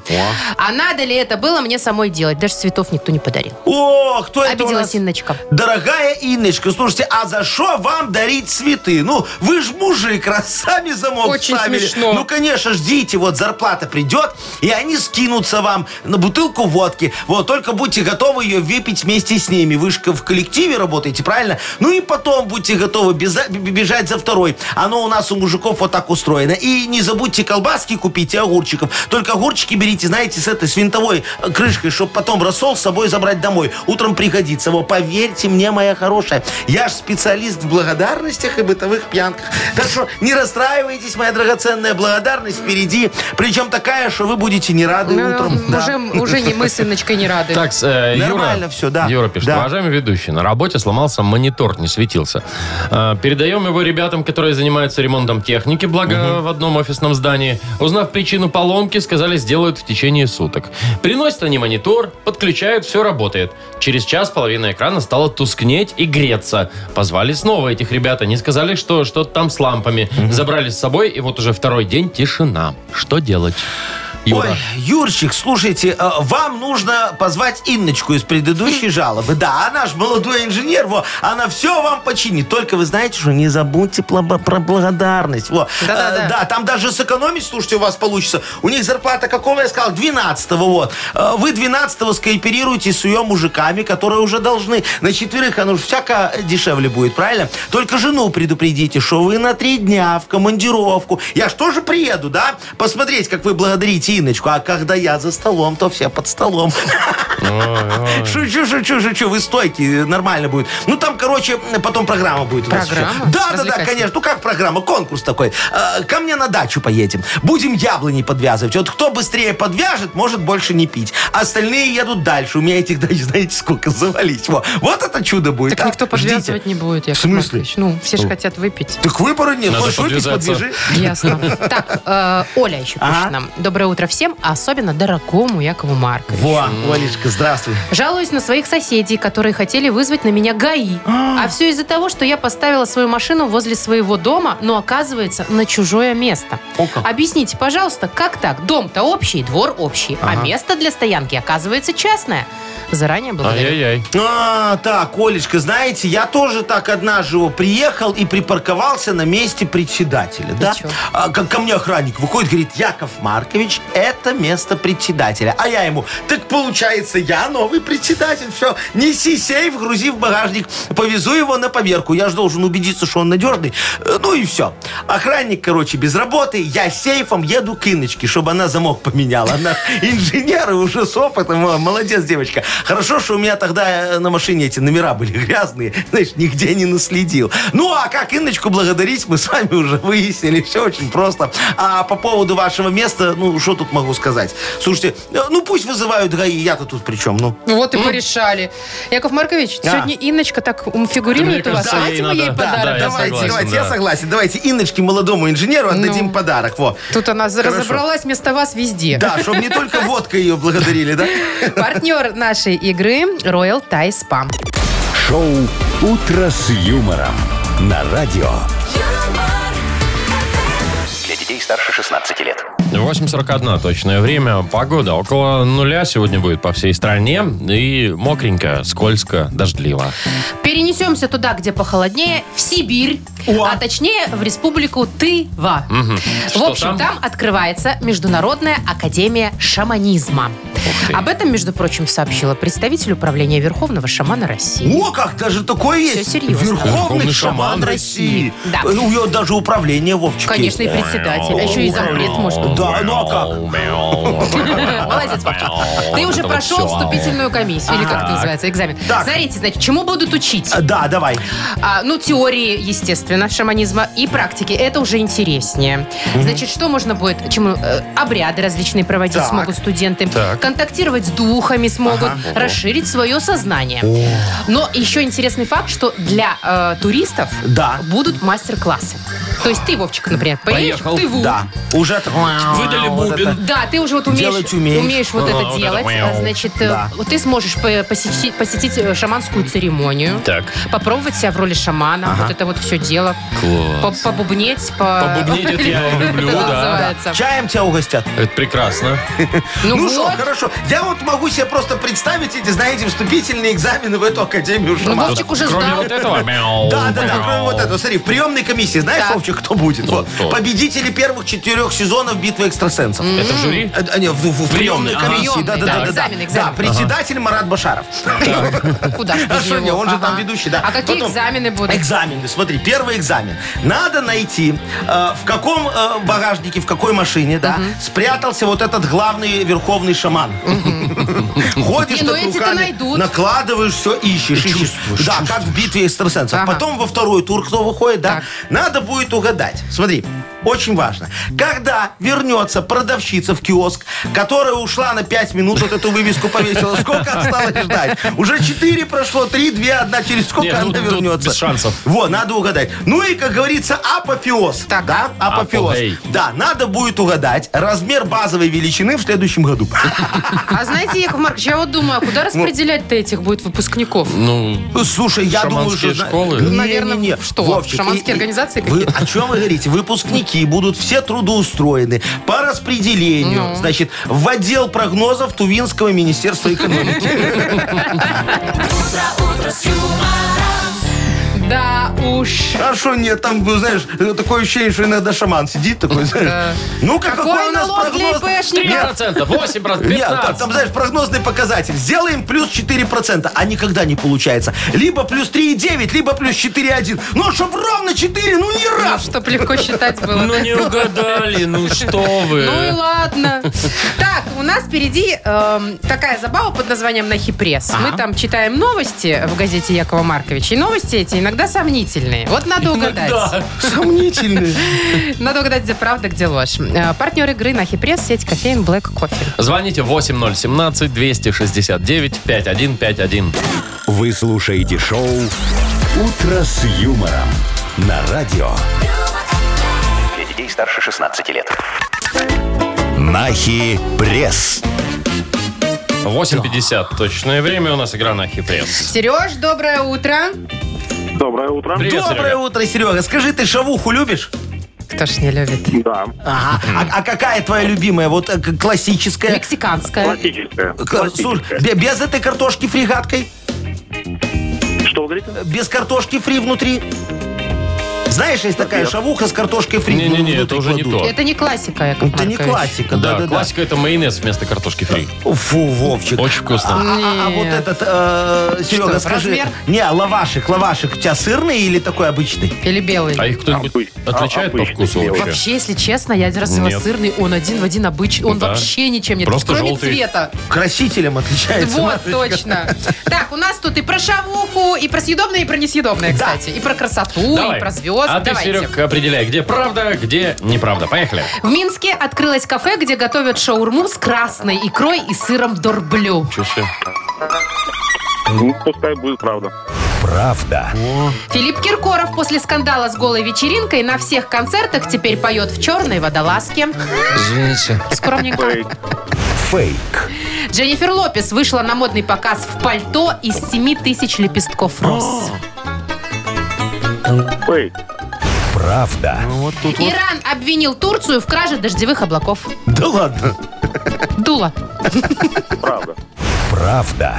А надо ли это было мне самой делать? Даже цветов никто не подарил.
О, кто это у
Обиделась
нас?
Инночка.
Дорогая Инночка, слушайте, а за что вам дарить цветы? Ну, вы ж мужик, раз сами замок
Очень
вставили.
смешно.
Ну, конечно, ждите, вот зарплата придет, и они скинутся вам на бутылку водки. Вот, только будьте готовы ее выпить вместе с ними. Вы же в коллективе работаете, правильно? Ну и потом будьте готовы беза- б- бежать за второй. Оно у нас у мужиков вот так устроено. И не забудьте колбаски купить и огурчиков. Только огурчики берите, знаете, с этой свинтовой э, крышкой, чтобы потом рассол с собой забрать домой. Утром пригодится. Во, поверьте мне, моя хорошая, я ж специалист в благодарностях и бытовых пьянках. Так что не расстраивайтесь, моя драгоценная благодарность впереди. Причем такая, что вы будете не рады утром. Да.
Ну, Уже, уже не мы с Инночкой не рады.
Так, э, Юра,
Нормально всё, да.
Юра пишет,
Да.
уважаемый ведущий, на работе сломался монитор, не светился. Э, передаем его ребятам, которые занимаются ремонтом техники, благо в одном офисном здании. Узнав причину поломки, сказали, сделают в течение суток. Приносят они монитор, подключают, все работает. Через час половина экрана стала тускнеть и греться. Позвали снова этих ребят, они сказали, что что-то там с лампами. Забрали с собой, и вот уже второй день тишина. Что делать? Юра.
Ой, Юрчик, слушайте, э, вам нужно позвать Инночку из предыдущей жалобы. Да, она ж молодой инженер, во, она все вам починит. Только вы знаете, что не забудьте плабо- про благодарность. Во.
Да-да-да.
Э, да, там даже сэкономить, слушайте, у вас получится. У них зарплата какого, я сказал, 12-го, вот. Э, Вы 12-го скооперируете с ее мужиками, которые уже должны. На четверых оно ж всяко дешевле будет, правильно? Только жену предупредите, что вы на три дня в командировку. Я ж тоже приеду, да? Посмотреть, как вы благодарите Иночку. А когда я за столом, то все под столом. Шучу, шучу, шучу. Вы стойки, нормально будет. Ну, там, короче, потом программа будет. у нас еще.
Программа?
Да, да, да,
Развлекательная?
конечно. Ну, как программа? Конкурс такой. Э, Ко мне на дачу поедем. Будем яблони подвязывать. Вот кто быстрее подвяжет, может больше не пить. А Остальные едут дальше. У меня этих дач, знаете, сколько завались. Во. Вот это чудо будет.
Так
а.
никто
Ждите.
подвязывать не будет, Яков
В смысле?
Маркович. Ну, все же хотят выпить.
Так выбора нет.
Надо
Хочешь выпить,
подвязаться.
подвяжи.
Ясно. Так, э, Оля еще пишет
Ага.
нам. Доброе утро всем, а особенно дорогому Якову Марковичу.
Во, Олечка, здравствуй.
Жалуюсь на своих соседей, которые хотели вызвать на меня ГАИ. А все из-за того, что я поставила свою машину возле своего дома, но оказывается на чужое место. Объясните, пожалуйста, как так? Дом-то общий, двор общий, а место для стоянки оказывается частное. Заранее благодарю.
Ай-яй-яй.
А, так, Олечка, знаете, я тоже так одна живу. Приехал и припарковался на месте председателя. Да?
чё?
А, ко, ко мне охранник выходит, говорит, Яков Маркович, это место председателя. А я ему, так получается, я новый председатель. Все, неси сейф, грузи в багажник, повезу его на поверку. Я же должен убедиться, что он надежный. Э, Ну и все. Охранник, короче, без работы. Я с сейфом еду к Инночке, чтобы она замок поменяла. Она инженер и уже с опытом. О, Молодец, девочка. Хорошо, что у меня тогда э, на машине эти номера были грязные. Знаешь, нигде не наследил. Ну, а как Инночку благодарить, мы с вами уже выяснили. Все очень просто. А по поводу вашего места, ну, что тут могу сказать? Слушайте, э, ну, пусть вызывают ГАИ, я-то тут при чем, ну.
Вот и порешали. Яков Маркович,
А.
сегодня Инночка так м, фигурирует
Это
у
мне
вас.
кажется,
Давайте
ей
мы ей
надо. Да,
подарок.
да, я
давайте,
согласен,
давайте,
да.
я согласен. Давайте Инночке, молодому инженеру, отдадим
Ну.
подарок. Во.
Тут она разобралась вместо вас везде.
Да, чтобы не только водкой ее благодарили, да?
Партнер нашей игры Royal Thai Spa.
Шоу «Утро с юмором» на радио.
юмор,
старше 16 лет.
8.41 точное время. Погода около нуля сегодня будет по всей стране. И мокренько, скользко, дождливо.
Перенесемся туда, где похолоднее, в Сибирь, а точнее в республику Тыва. В
Что
общем,
там?
там? открывается Международная академия шаманизма.
ты.
Об этом, между прочим, сообщила представитель управления Верховного шамана России.
О, как даже такое
Всё
есть.
серьезно.
Верховный,
Верховный
шаман,
шаман
России.
Да.
Э, У него даже управление Вовчик
Конечно, и
есть.
председатель, а еще и запрет может быть.
Да, ну а как?
Молодец, Вовчик. Ты уже
а, Вот это
прошел
вот всё.
вступительную комиссию, или как это называется, экзамен.
Так.
Смотрите, значит, чему будут учить?
Э,
А, Да, давай.
А, ну, теории, естественно, шаманизма и практики. Это уже интереснее. Значит, что можно будет, чему э, обряды различные проводить
Так.
смогут студенты,
Так.
контактировать с духами смогут, расширить свое сознание. Но еще интересный факт, что для э, туристов
Да.
будут мастер-классы. То есть ты, Вовчик, например, поедешь
Поехал.
в Тыву.
Да. Уже так...
Выдали
Вот
бубен.
это.
Да, ты уже вот умеешь,
Делать умеешь.
вот
А,
это
вот это
делать.
мяу.
Значит, э,
Да.
вот ты сможешь по- посетить, посетить э, шаманскую церемонию.
Так.
Попробовать себя в роли шамана, вот это вот все дело. По-
Класс.
Побубнеть, по...
Побубнеть это я люблю,
Это
да.
называется.
Чаем тебя угостят.
Это прекрасно.
Ну,
Ну что,
вот.
хорошо. Я вот могу себе просто представить эти, знаете, вступительные экзамены в эту академию
Ну,
шамана.
Вовчик уже
Кроме
сдал.
вот этого. мяу,
Да, да, да,
мяу.
кроме вот этого. Смотри, в приемной комиссии, знаешь,
Так.
Вовчик, кто будет? Вот.
Ну, кто?
Победители первых четырех сезонов битвы экстрасенсов.
Это в жюри?
Э, э, не, в, в- в приемной
Приемной, ага.
комиссии, да, да,
Приемной,
да,
да,
да,
экзамен,
да.
экзамен.
Да, председатель Марат Башаров.
ну Куда ж без
А что
него?
не, он же там
Ага.
ведущий, да.
А какие
Потом-
экзамены будут?
Экзамены, смотри, первый экзамен. Надо найти, э, в каком э, багажнике, в какой машине, да, спрятался вот этот главный верховный шаман. Ходишь
Не, ну
так
эти-то
руками,
найдут.
накладываешь все, ищешь, ищешь. Да, как в битве экстрасенсов.
Ага.
Потом во второй тур кто выходит, да,
Так.
надо будет угадать. Смотри, очень важно. Когда вернется продавщица в киоск, которая ушла на 5 минут, вот эту вывеску повесила, сколько осталось ждать? Уже 4 прошло, 3, 2, 1, через сколько
Нет,
она
ну тут- тут
вернется?
без шансов.
Вот, надо угадать. Ну и, как говорится, апофеоз.
Так.
Да, апофеоз.
Апогей.
Да, надо будет угадать размер базовой величины в следующем году.
А знаете, Яков Маркович, я вот думаю, а куда распределять-то этих будет выпускников?
Ну,
Слушай, я думаю,
Шаманские
что... зна-
школы?
Не, не,
Наверное,
не.
что,
Вовчик,
шаманские
и- и-
организации
Вы
какие-то?
о чем вы говорите? Выпускники будут все трудоустроены по распределению,
Ну.
значит, в отдел прогнозов Тувинского министерства экономики.
Да уж.
А что нет, там, ну, знаешь, э, такое ощущение, что иногда шаман сидит такой, знаешь. Ну-ка, какой у нас
налог для
прогноз?
ИПшников?
3%, 8%,
Нет, там,
15%.
там, знаешь, прогнозный показатель. Сделаем плюс 4%, а никогда не получается. Либо плюс 3,9, либо плюс 4,1. Ну, чтобы ровно 4, ну не
Ну,
раз.
чтоб легко считать было.
Ну не угадали, ну что вы.
Ну и ладно. Так, у нас впереди эм, такая забава под названием «Нахи пресс». Мы там читаем новости в газете Якова Марковича. И новости эти иногда сомнительные. Вот надо
Ну
угадать.
Сомнительный.
Надо угадать, где правда, где ложь. Э, партнер игры «Нахи пресс» сеть кофеин «Блэк Кофе».
Звоните 8017-269-5151.
Вы слушаете шоу «Утро с юмором» на радио.
Для детей старше 16 лет.
Нахи пресс.
8.50 точное время, у нас игра на хипресс.
Сереж, доброе утро.
Доброе утро.
Привет,
Доброе
Серега.
утро, Серега. Скажи, ты шавуху любишь?
Кто ж не любит?
Да,
Ага. А, а какая твоя любимая? Вот э, к- классическая?
Мексиканская.
классическое.
К- Слушай, бе- без этой картошки фри гадкой?
Что вы говорите?
Без картошки фри внутри? Знаешь, есть такая шавуха с картошкой фри.
Не-не-не,
внутри
это уже не
кладут. Ну,
то.
Это не классика, Яков
Это не
Маркович.
классика,
Да,
да-да-да.
классика это майонез вместо картошки фри.
Фу, Вовчик.
Очень
А,
вкусно.
а- а вот этот, э, Серега,
Что,
скажи,
размер?
не, лавашик, лавашик у тебя сырный или такой обычный?
Или белый.
А их кто-нибудь
Обычный.
отличает по
Обычный
вкусу
белый.
вообще?
Вообще, если честно, я один раз взяла
Нет.
сырный, он один в один обычный. Он
Да.
вообще ничем не
Просто
кроме
желтый.
цвета.
Красителем отличается.
Вот,
Машечка.
точно. Так, у нас тут и про шавуху, и про съедобное, и про несъедобное, кстати. И про красоту, и про звезды.
А ты,
Давайте.
Серег, определяй, где правда, где неправда. Поехали.
В Минске открылось кафе, где готовят шаурму с красной икрой и сыром дорблю.
Чуши.
Ну, пускай будет правда.
Правда.
Филипп Киркоров после скандала с голой вечеринкой на всех концертах теперь поет в черной водолазке.
Извините.
Скромненько.
Фейк.
Дженнифер Лопес вышла на модный показ в пальто из 7 тысяч лепестков роз.
Эй,
правда.
Иран обвинил Турцию в краже дождевых облаков.
Да ладно.
Дуло.
Правда.
Правда.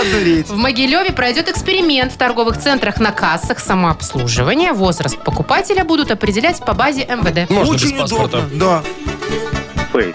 Одуреть.
В Могилеве пройдет эксперимент в торговых центрах на кассах самообслуживания. Возраст покупателя будут определять по базе МВД.
Можно без
Очень
паспорта.
удобно. Да.
Фейк.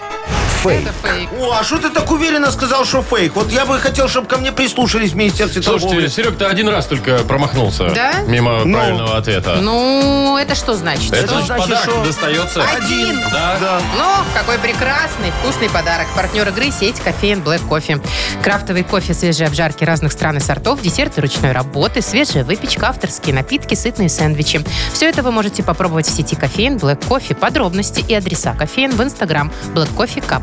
Фейк.
Это фейк.
О, а что ты так уверенно сказал, что фейк? Вот я бы хотел, чтобы ко мне прислушались в Министерстве
Слушайте,
торговли.
Серег, ты один раз только промахнулся.
Да?
Мимо
Ну.
правильного ответа.
Ну, это что значит?
Это
Что?
значит,
значит,
подарок
что?
достается.
Один.
Да.
Да.
Ну, какой прекрасный, вкусный подарок. Партнер игры – сеть кофеин Black Кофе. Крафтовый кофе, свежие обжарки разных стран и сортов, десерты ручной работы, свежая выпечка, авторские напитки, сытные сэндвичи. Все это вы можете попробовать в сети кофеин Black Кофе. Подробности и адреса кофеин в инстаграм Black Coffee Cup.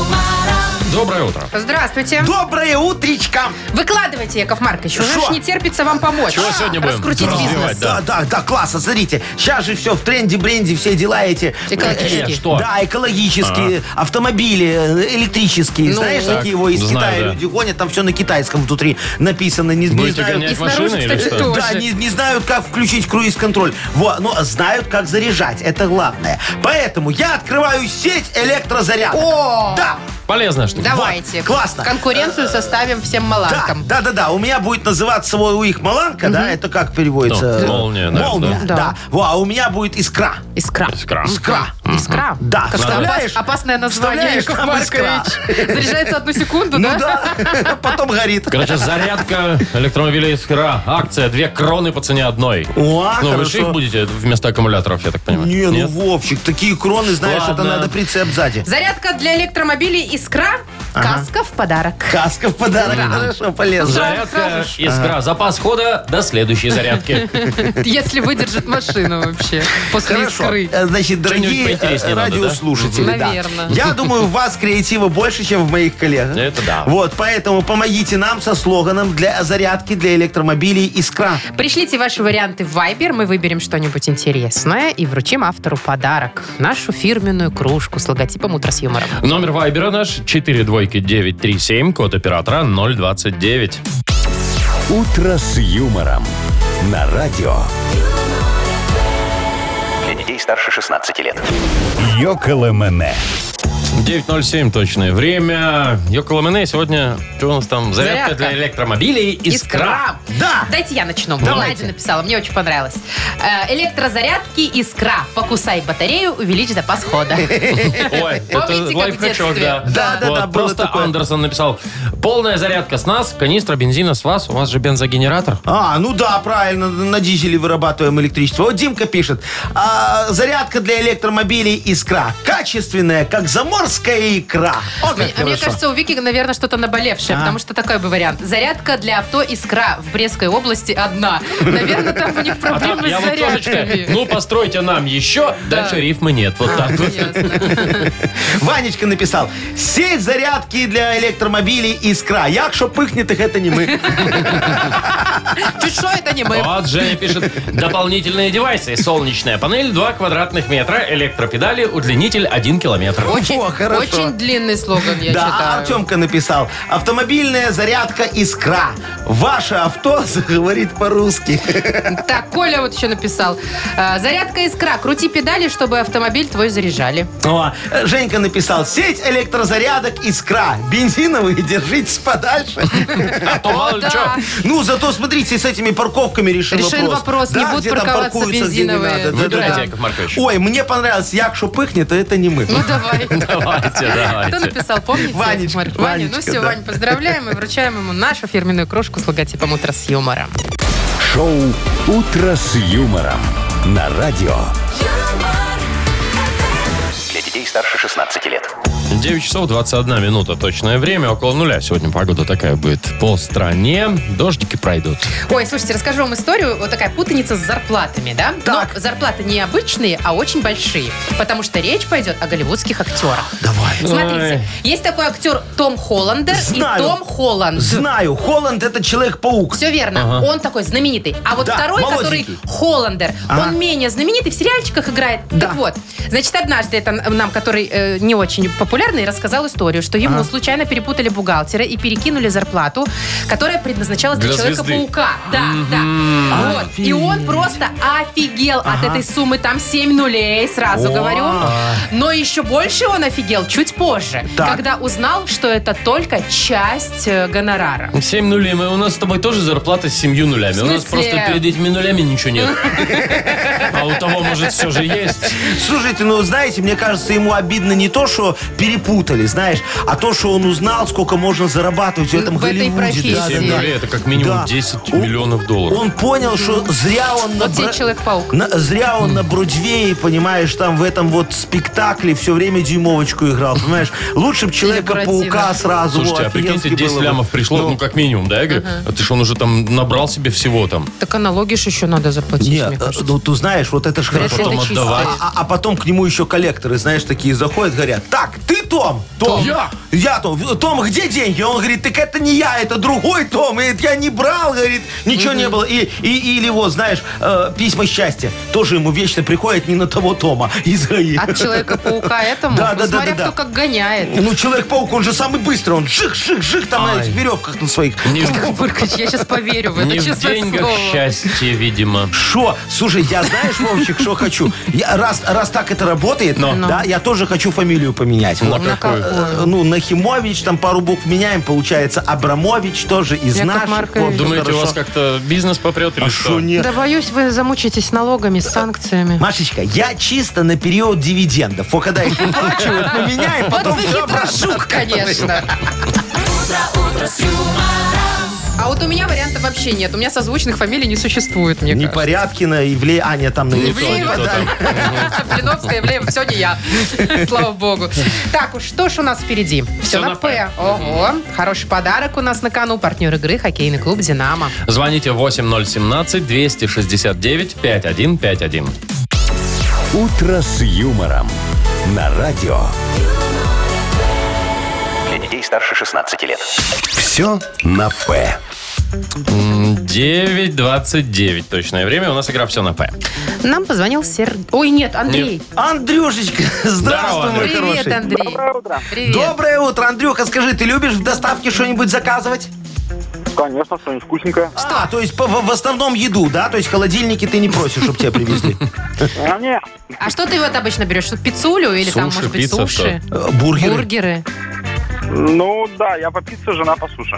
Доброе утро.
Здравствуйте.
Доброе утречко.
Выкладывайте, Яков Маркович. Уже ж
Шо?
не терпится вам помочь.
Чего сегодня будем
Раскрутить
развивать,
бизнес.
да.
Да, да, да, классно, смотрите. Сейчас же все в тренде, бренде, все дела эти.
Э,
Экологические.
что?
Да, экологические, автомобили, э, электрические.
Ну,
Знаешь,
Так,
такие его из
знаю,
Китая
да.
люди гонят, там все на китайском внутри написано. Не, не
Будете
знаю.
гонять
И снаружи,
машины или
кстати,
что?
тоже.
Да, Э, не, не знают, как включить круиз-контроль. Во, но знают, как заряжать. Это главное. Поэтому я открываю сеть электрозарядок.
О!
Да,
Полезная штука.
Давайте.
Вот, классно.
Конкуренцию составим всем
да,
маланкам.
да, да, да. У меня будет называться во- у их маланка, да, это как переводится?
Ну, молния, наверное,
Молния,
да.
да. Во, а у меня будет искра.
Искра.
Искра.
Искра.
Искра?
Да,
Как-то
вставляешь-
опас- опасное название,
вставляешь
Яков
там искра.
Маркович. Заряжается одну секунду,
Ну
да?
да, потом горит.
Короче, зарядка электромобиля «Искра». Акция. Две кроны по цене одной.
О,
ну, вы
хорошо.
же их будете вместо аккумуляторов, я так понимаю?
Не, ну Вовчик, такие кроны, знаешь,
Ладно.
это надо прицеп сзади.
Зарядка для электромобилей «Искра». Каска в подарок.
Каска в подарок, хорошо, полезно.
Зарядка «Искра». Запас хода до следующей зарядки.
Если выдержит машину вообще после
Хорошо.
«Искры».
Э, Значит, дорогие
поинтереснее
э,
надо, да?
радиослушатели, да.
Наверно.
Я думаю, у вас креатива больше, чем в моих коллегах.
Это да.
Вот, поэтому помогите нам со слоганом для зарядки для электромобилей «Искра».
Пришлите ваши варианты в Viber, мы выберем что-нибудь интересное и вручим автору подарок. Нашу фирменную кружку с логотипом «Утро с юмором».
Номер вайбера наш 42937, код оператора 029.
«Утро с юмором» на радио
Для детей старше 16 лет.
«Йоколэмэне».
9.07 точное время. Йоколамене сегодня, что у нас там? Зарядка,
Зарядка.
для электромобилей «Искра».
Да!
Дайте я начну.
Давайте.
Надя написала, мне очень понравилось. Э, Электрозарядки «Искра». Покусай батарею, увеличь запас хода.
Ой,
Помните,
это
как в
лайфхачок,
детстве?
да.
Да, да,
Вот,
да, было
Просто
такое.
Андерсон написал, полная зарядка с нас, канистра бензина с вас, у вас же бензогенератор.
А, ну да, правильно, на дизеле вырабатываем электричество. Вот Димка пишет, а, зарядка для электромобилей «Искра». Качественная, как заморская икра. О, как
Мне, мне
хорошо.
кажется, у Вики, наверное, что-то наболевшее,
А.
потому что такой бы вариант. Зарядка для авто «Искра» в Брестской области одна. Наверное, там у них
А там
проблемы с
я вот тоже читаю,
зарядками.
ну постройте нам еще, дальше рифмы нет. Вот так вот.
Ясно.
Ванечка написал, сеть зарядки для электромобилей «Искра». Якщо пыхнет их, это не мы.
Чуть что, это не мы.
Вот Женя пишет. Дополнительные девайсы. Солнечная панель 2 квадратных метра. Электропедали. Удлинитель 1 километр.
Очень,
О, хорошо.
очень длинный слоган, я
Да, а
считаю.
Артемка написал, автомобильная зарядка «Искра». Ваше авто заговорит по-русски.
Так, Коля вот еще написал. Э, Зарядка «Искра». Крути педали, чтобы автомобиль твой заряжали.
О, э, Женька написал, сеть электрозарядок «Искра». Бензиновые держитесь подальше.
А то мало ли
Да.
чё.
Ну, зато, смотрите, с этими парковками решим вопрос.
Решен вопрос, не будут
где там
парковаться
паркуются, где не
бензиновые.
надо. Да-да-да.
Выбирайте, Яков Маркович.
Ой, мне понравилось, якшо пыхнет, а это не мы.
Ну, давай.
Давайте,
Кто
давайте.
написал, помните?
Ванечка,
Марк? Ваня, ну
Ванечка,
все,
да.
Вань, поздравляем и вручаем ему нашу фирменную кружку с логотипом «Утро с юмором».
Шоу «Утро с юмором» на радио
Для детей старше 16 лет.
9 часов 21 минута точное время. Около нуля сегодня погода такая будет по стране. Дождики пройдут.
Ой, слушайте, расскажу вам историю. Вот такая путаница с зарплатами, да?
Так.
Но зарплаты не обычные, а очень большие. Потому что речь пойдет о голливудских актерах.
Давай.
Смотрите, есть такой актер Том Холландер
Знаю.
и Том Холланд.
Знаю, Холланд это Человек-паук.
Все верно. Он такой знаменитый. А вот
Да,
второй,
молоденький.
который Холландер,
Ага.
он менее знаменитый, в сериальчиках играет.
Да.
Так вот. Значит, однажды это нам, который э, не очень популярный, рассказал историю, что ему случайно перепутали бухгалтера и перекинули зарплату, которая предназначалась для,
Для звезды.
Человека-паука. Да,
А,
да. Вот. И он просто офигел от этой суммы. Там 7 нулей, сразу говорю. Но еще больше он офигел чуть позже,
Так.
когда узнал, что это только часть э, гонорара.
7 нулей. Мы- У нас с тобой тоже зарплата с 7 нулями.
В
У нас
смысле?
просто перед этими нулями ничего нет. А у того, может, все же есть.
Слушайте, ну знаете, мне кажется, ему обидно не то, что перепутали, знаешь, а то, что он узнал, сколько можно зарабатывать в этом
В этой
Голливуде. Да,
профессии.
А да,
7
да.
нулей это как минимум
Да.
10
Он-
миллионов долларов.
Он понял, что зря он на,
Вот тебе Человек-паук.
на- зря он на Бродвее, понимаешь, там в этом вот спектакле все время дюймовочку играл, понимаешь? Лучше бы Человека-паука
Буратино.
сразу.
Слушайте,
во,
а прикиньте,
офигенски
10
было бы.
лямов пришло, ну, как минимум, да, Игорь? А Ты что, он уже там набрал себе всего там.
Так а налоги ж еще надо заплатить, мне
Нет, э,
кажется.
ну ты знаешь, вот это ж
Вряд
хорошо.
ли
потом
это чистое.
отдавать.
А, а- а потом к нему еще коллекторы, знаешь, такие заходят, говорят, так, ты Том?
Том. Я.
Я Том. В- Том, где деньги? Он говорит, так это не я, это другой Том. И это я не брал, говорит, ничего не было. И, и- или вот, знаешь, э, письма счастья. Тоже ему вечно приходят не на того Тома из ГАИ.
От Человека-паука этому?
э,
Ну,
Да, да, да,
Смотря
да, да.
кто как гоняет.
Ну, Человек-паук, он же самый быстрый, он жих-шик-жих там на этих веревках на своих.
Ну,
Буркач, я сейчас поверю в это,
Не в
честное
деньгах
слово.
счастье, видимо.
Шо? Слушай, я знаешь, Вовчик, что хочу? Я, раз, раз так это работает, да, я тоже хочу фамилию поменять. Вот.
На какую?
Э, ну, Нахимович, там пару букв меняем, получается, Абрамович тоже из
Яков
наших.
Маркович.
Вот,
Думаете,
хорошо.
у вас как-то бизнес попрет или
А
что?
шо нет?
Да боюсь, вы замучитесь с налогами, с санкциями.
Машечка, я чисто на период дивидендов. Вот когда их выплачивают, мы меняем,
Вот
потом
вы
все
хитрожук, конечно. А вот у меня вариантов вообще нет. У меня созвучных фамилий не существует, мне кажется.
Непорядкина и Вле... А, нет, там на лицо.
Ивлеева, да. Блиновская, Ивлеева, все не я. Слава богу. Так уж, что ж у нас впереди?
Всё
Все
на
на
«П».
П. Ого, хороший подарок у нас на кону. Партнер игры хоккейный клуб «Динамо».
Звоните 8017-269-5151.
«Утро с юмором» на радио.
Для детей старше 16 лет.
Все на «П».
9.29 точное время. У нас игра «Все на П».
Нам позвонил Сер... Ой, нет, Андрей.
Андрюшечка, здравствуй, мой
Андрей.
Привет,
хороший.
Андрей.
Доброе утро.
Привет.
Доброе утро, Андрюха, скажи, ты любишь в доставке что-нибудь заказывать?
Конечно, что-нибудь вкусненькое.
А, то есть по- в в основном еду, да? То есть холодильники ты не просишь, чтобы тебе привезли.
А не,
А что ты вот обычно берешь? Что, пиццулю или там,
Суши,
может быть,
пицца,
суши?
Э, Бургеры.
Бургеры.
ну да, я по пицце, жена по суше.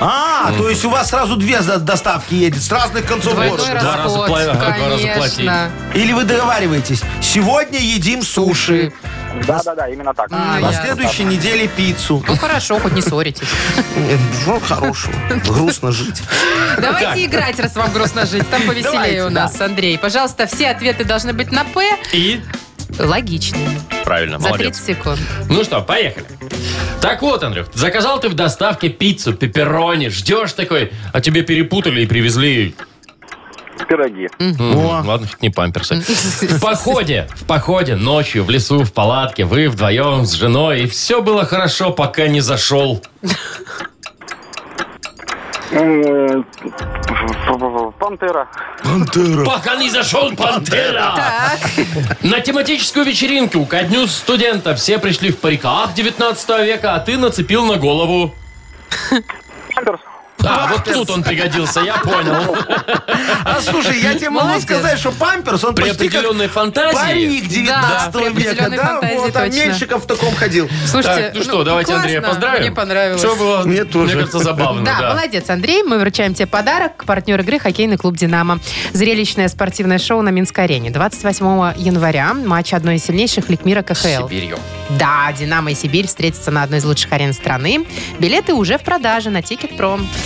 А, то есть у вас сразу две за- доставки едет с разных
Ну
концов
Двойной
города.
раз. раза
расход,
пла- два раза
конечно.
Или вы договариваетесь, сегодня едим суши,
Да-да-да, именно так.
А,
на
ясно.
следующей неделе пиццу.
Ну хорошо, хоть не ссоритесь.
Э, Жор хорошего. Грустно жить.
Давайте играть, раз вам грустно жить. Там повеселее
Давайте,
у нас, Андрей. Пожалуйста, все ответы должны быть на «П».
И?
Логично.
Правильно,
За
молодец.
30 секунд.
Ну что, поехали. Так вот, Андрюх, заказал ты в доставке пиццу, пепперони, ждешь такой, а тебе перепутали и привезли...
Пироги.
М, Ладно, хоть не памперсы. В походе, в походе, ночью, в лесу, в палатке, вы вдвоем с женой, и все было хорошо, пока не зашел.
Э, Пантера.
Пока не зашел пантера!
Так,
На тематическую вечеринку ко дню студента все пришли в париках 19 века, а ты нацепил на голову.
Памперс.
А, вот тут он пригодился, я понял.
А слушай, я тебе могу
Молодец.
сказать, что памперс, он
При
почти как
определенной фантазии.
парик 19
Да, при
века.
определенной
Да,
фантазии
вот, а
точно.
Меньшиков в таком ходил.
слушайте.
Так, ну что, давайте
классно.
Андрея поздравим.
Мне понравилось.
Все было,
Мне тоже.
кажется, забавно.
Да,
Да,
молодец, Андрей. Мы вручаем тебе подарок. Партнер игры хоккейный клуб «Динамо». Зрелищное спортивное шоу на Минской арене. 28 января матч одной из сильнейших лиг мира КХЛ.
Сибирью.
Да, «Динамо» и «Сибирь» встретятся на одной из лучших арен страны. Билеты уже в продаже на Тикет.Пром.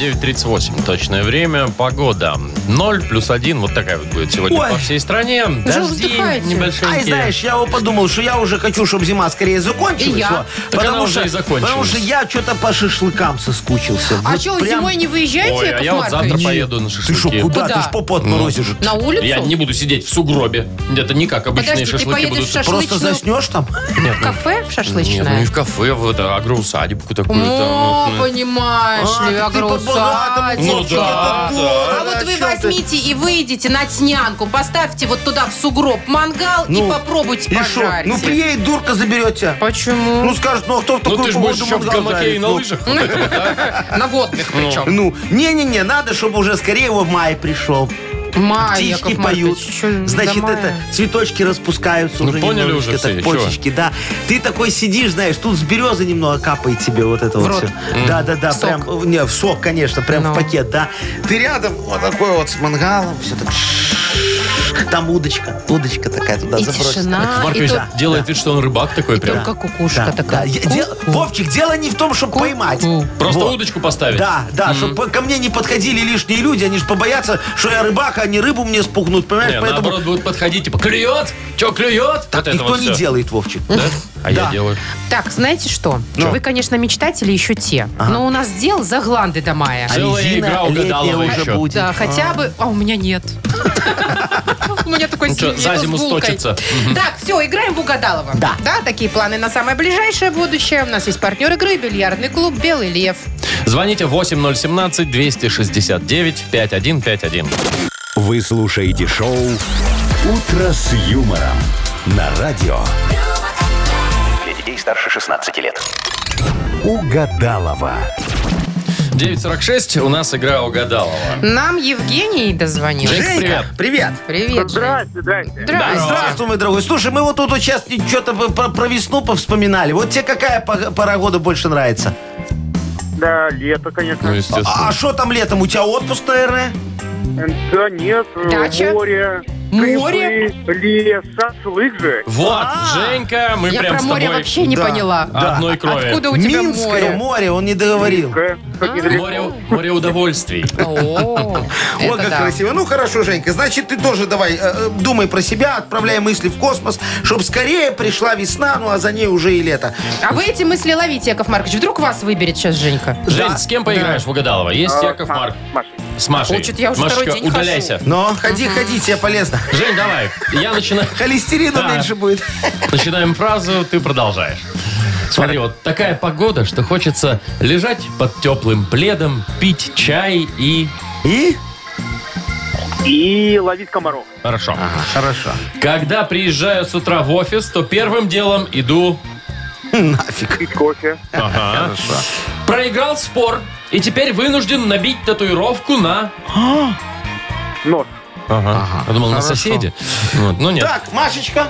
9.38 точное время. Погода 0 плюс 1. Вот такая вот будет сегодня
Ой.
по всей стране.
вы
Дожди
вздыхаете?
небольшенькие.
Ай, знаешь, я вот подумал, что я уже хочу, чтобы зима скорее закончилась.
И я.
во.
Так она уже и закончилась.
потому что я что-то по шашлыкам соскучился.
А
Вот
что,
прям-
зимой не выезжаете,
Ой, а
Яков
я вот завтра
Маркович?
поеду на
Ты что,
шашлыки. Ну
куда?
Куда?
Ты ж попу отморозишь.
На улицу?
Я не буду сидеть в сугробе. Это не как обычные
Подожди, ты
шашлыки
поедешь
будут.
в шаш-
Просто
шашлычную-
заснешь там?
В кафе?
Нет,
В
ну
шашлычное?
не в кафе, в это, агроусадебку такую.
О,
там, вот, ну.
понимаешь
А,
ли,
ты по-богатому
огрузать.
Ну да,
девчонка, это
да.
А
дорого,
вот вы
чё ты?
возьмите и выйдете на тнянку, поставьте вот туда в сугроб мангал и
Ну,
попробуйте
И шо?
пожарить.
Ну приедет дурка, заберет тебя.
Почему?
Ну скажет, ну а кто в
Ну
такую
ты же
погоду
будешь еще в
мангал
гамаке
жарит?
и на
Ну,
лыжах. вот это вот, да?
На водных причем.
Ну, не-не-не, надо, чтобы уже скорее его в мае пришел.
Май,
Птички
А, Яков
поют.
Маркович, чё
Значит,
до мая?
это цветочки распускаются
Ну,
уже
поняли
немножечко,
уже все,
так, почечки, да. Ты такой сидишь, знаешь, тут с березы немного капает тебе вот это
В рот.
вот все. Да, да, да,
Сок.
прям, э, не, в сок, конечно, прям
Ну.
в пакет, да. Ты рядом вот такой вот с мангалом, все так. шш. Там удочка, удочка такая туда
И
забросена.
тишина, и
Маркович
тут
делает вид, что он рыбак такой прям.
только кукушка
А, Да, да.
такая.
Я- де- Вовчик, дело не в том, чтобы поймать.
Просто
Вот.
удочку поставить.
Да, да, чтобы ко мне не подходили лишние люди, они же побоятся, что я рыбак, а они рыбу мне спугнут, понимаешь?
Не,
Поэтому
Наоборот, будут подходить, типа, клюет? Че, клюет? Вот
так
это
никто
вот
не
всё.
делает, Вовчик.
Да? А я
Да.
делаю.
Так, знаете что?
Ну.
Чё?
Вы, конечно, мечтатели еще те, но у нас дел за гланды до мая.
А Целая
резина
игра угадалова
летняя
еще.
уже будет.
Да, хотя бы... А у меня нет. У меня такой
Ну чё,
сильный
за
минус
зиму
с булкой.
сточится. Мгм.
Так, все, играем в угадалово.
Да.
Да, такие планы на самое ближайшее будущее. У нас есть партнер игры, бильярдный клуб «Белый лев».
Звоните 8017-269-5151.
Вы слушаете шоу «Утро с юмором» на радио
Для детей старше 16 лет.
Угадалова.
9.46, у нас игра угадалова.
Нам Евгений дозвонился.
Женька, привет.
Привет.
Привет, Жень.
Здрасте, здрасте.
Здрасте.
Здравствуй, мой дорогой. Слушай, мы вот тут вот сейчас что-то про, про весну повспоминали. Вот тебе какая пог- пора года больше нравится?
Да, лето, конечно.
Ну, естественно.
А что там летом? У тебя отпуск, наверное?
Да нет, э,
Дача?
море.
Море?
грибы, Лес, шашлык же.
Вот,
А.
Женька, мы
Я
прям
про
с
море
тобой
вообще не
Да.
поняла.
одной крови.
Откуда у тебя
Минское
море?
море, он не договорил.
А?
Э, как недалеко.
Море, море удовольствий.
О,
Вот
это
как
да.
красиво. Ну хорошо, Женька, значит, ты тоже давай э, э, думай про себя, отправляй мысли в космос, чтобы скорее пришла весна, ну а за ней уже и лето.
А вы эти мысли ловите, Яков Маркович. Вдруг вас выберет сейчас Женька.
Жень, с кем поиграешь в угадалова? Есть
А,
Яков
а,
Марк.
Маша.
С Машей.
О, чё-то я уже
Машечка,
второй день
удаляйся.
Но ходи, ходи, тебе полезно.
Жень, давай. Я начинаю.
Холестерина
Да.
меньше будет.
Начинаем фразу, ты продолжаешь. Смотри, вот такая погода, что хочется лежать под теплым пледом, пить чай и...
И?
И ловить комаров.
Хорошо.
Хорошо.
Когда приезжаю с утра в офис, то первым делом иду...
Нафиг.
Пить кофе.
Ага. Проиграл спор и теперь вынужден набить татуировку на...
Нос.
Ага. Я думал, на соседе. Вот, Ну нет.
Так, Машечка,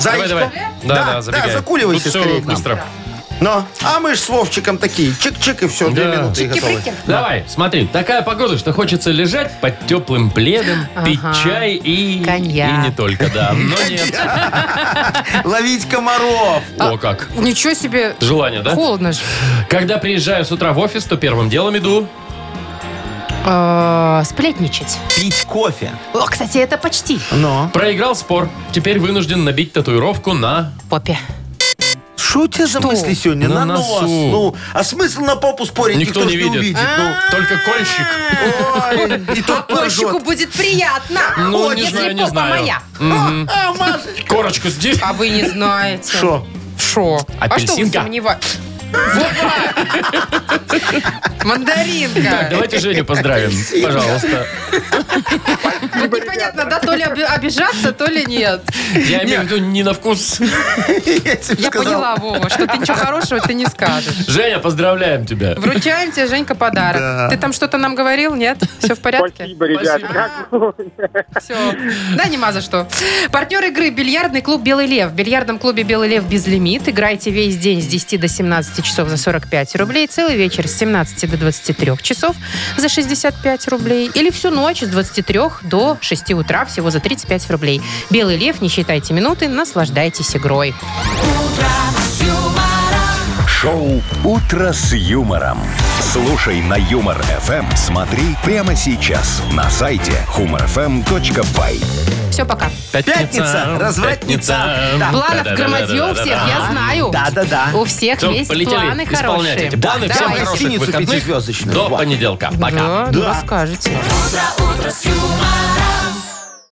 давай,
Зайчка.
давай. Да, да, забегай.
закуливайся
Тут всё
скорее к нам.
быстро.
Но, а мы ж с Вовчиком такие, чик-чик и все, две
Да.
минуты и готовы.
Чики-прики.
Давай, смотри, такая погода, что хочется лежать под теплым пледом, пить
Ага.
чай и...
Коньяк.
И не только, да. Но нет.
Ловить комаров.
О, как.
Ничего себе.
Желание, да?
Холодно же.
Когда приезжаю с утра в офис, то первым делом иду.
Э, Сплетничать.
Пить кофе.
О, кстати, это почти.
Но.
Проиграл спор. Теперь вынужден набить татуировку на...
Попе.
Что у тебя за мысли сегодня?
На
На, нос.
носу.
Ну, а смысл на попу спорить?
Никто
Никто, ж
не видит.
увидит. ну.
А.
Только кольщик.
Ой, и тот
Кольщику
поржет.
будет приятно.
Ну,
О,
не
если
знаю, не
попа
знаю.
моя.
Мгм.
А, Машечка.
Корочку здесь.
А вы не знаете.
Шо?
Шо? А что вы
Апельсинка?
сомневаетесь? Мандаринка.
Давайте Женю поздравим, пожалуйста.
Вот непонятно, да, то ли оби- обижаться, то ли нет.
Я имею в виду не на вкус.
Я тебе
Я
сказал.
поняла, Вова, что ты ничего хорошего ты не скажешь.
Женя, поздравляем тебя.
Вручаем тебе, Женька, подарок. Ты там что-то нам говорил, нет? Все в порядке?
Спасибо, ребят.
Спасибо.
Как вы?
Все. А, Да, нема за что. Партнер игры «Бильярдный клуб «Белый лев». В бильярдном клубе «Белый лев» без лимит. Играйте весь день с 10 до 17 часов за 45 рублей. Целый вечер с 17 до 23 часов за 65 рублей. Или всю ночь с 23 до 6 утра всего за 35 рублей. «Белый лев», не считайте минуты, наслаждайтесь игрой.
Шоу «Утро с юмором». Слушай на Юмор ФМ. Смотри прямо сейчас на сайте humorfm.by.
Все, пока.
Пятница, развратница. Да.
Планов громадье у всех, я знаю.
Да-да-да.
У всех
Все,
есть
полетели.
планы
Исполняйте
хорошие.
эти Планы
Да,
всем
давай.
хороших
Гостиницу
выходных.
пятизвездочную.
До
Вот.
понеделька. Пока.
Да, ну расскажете.
утро, утро с юмором.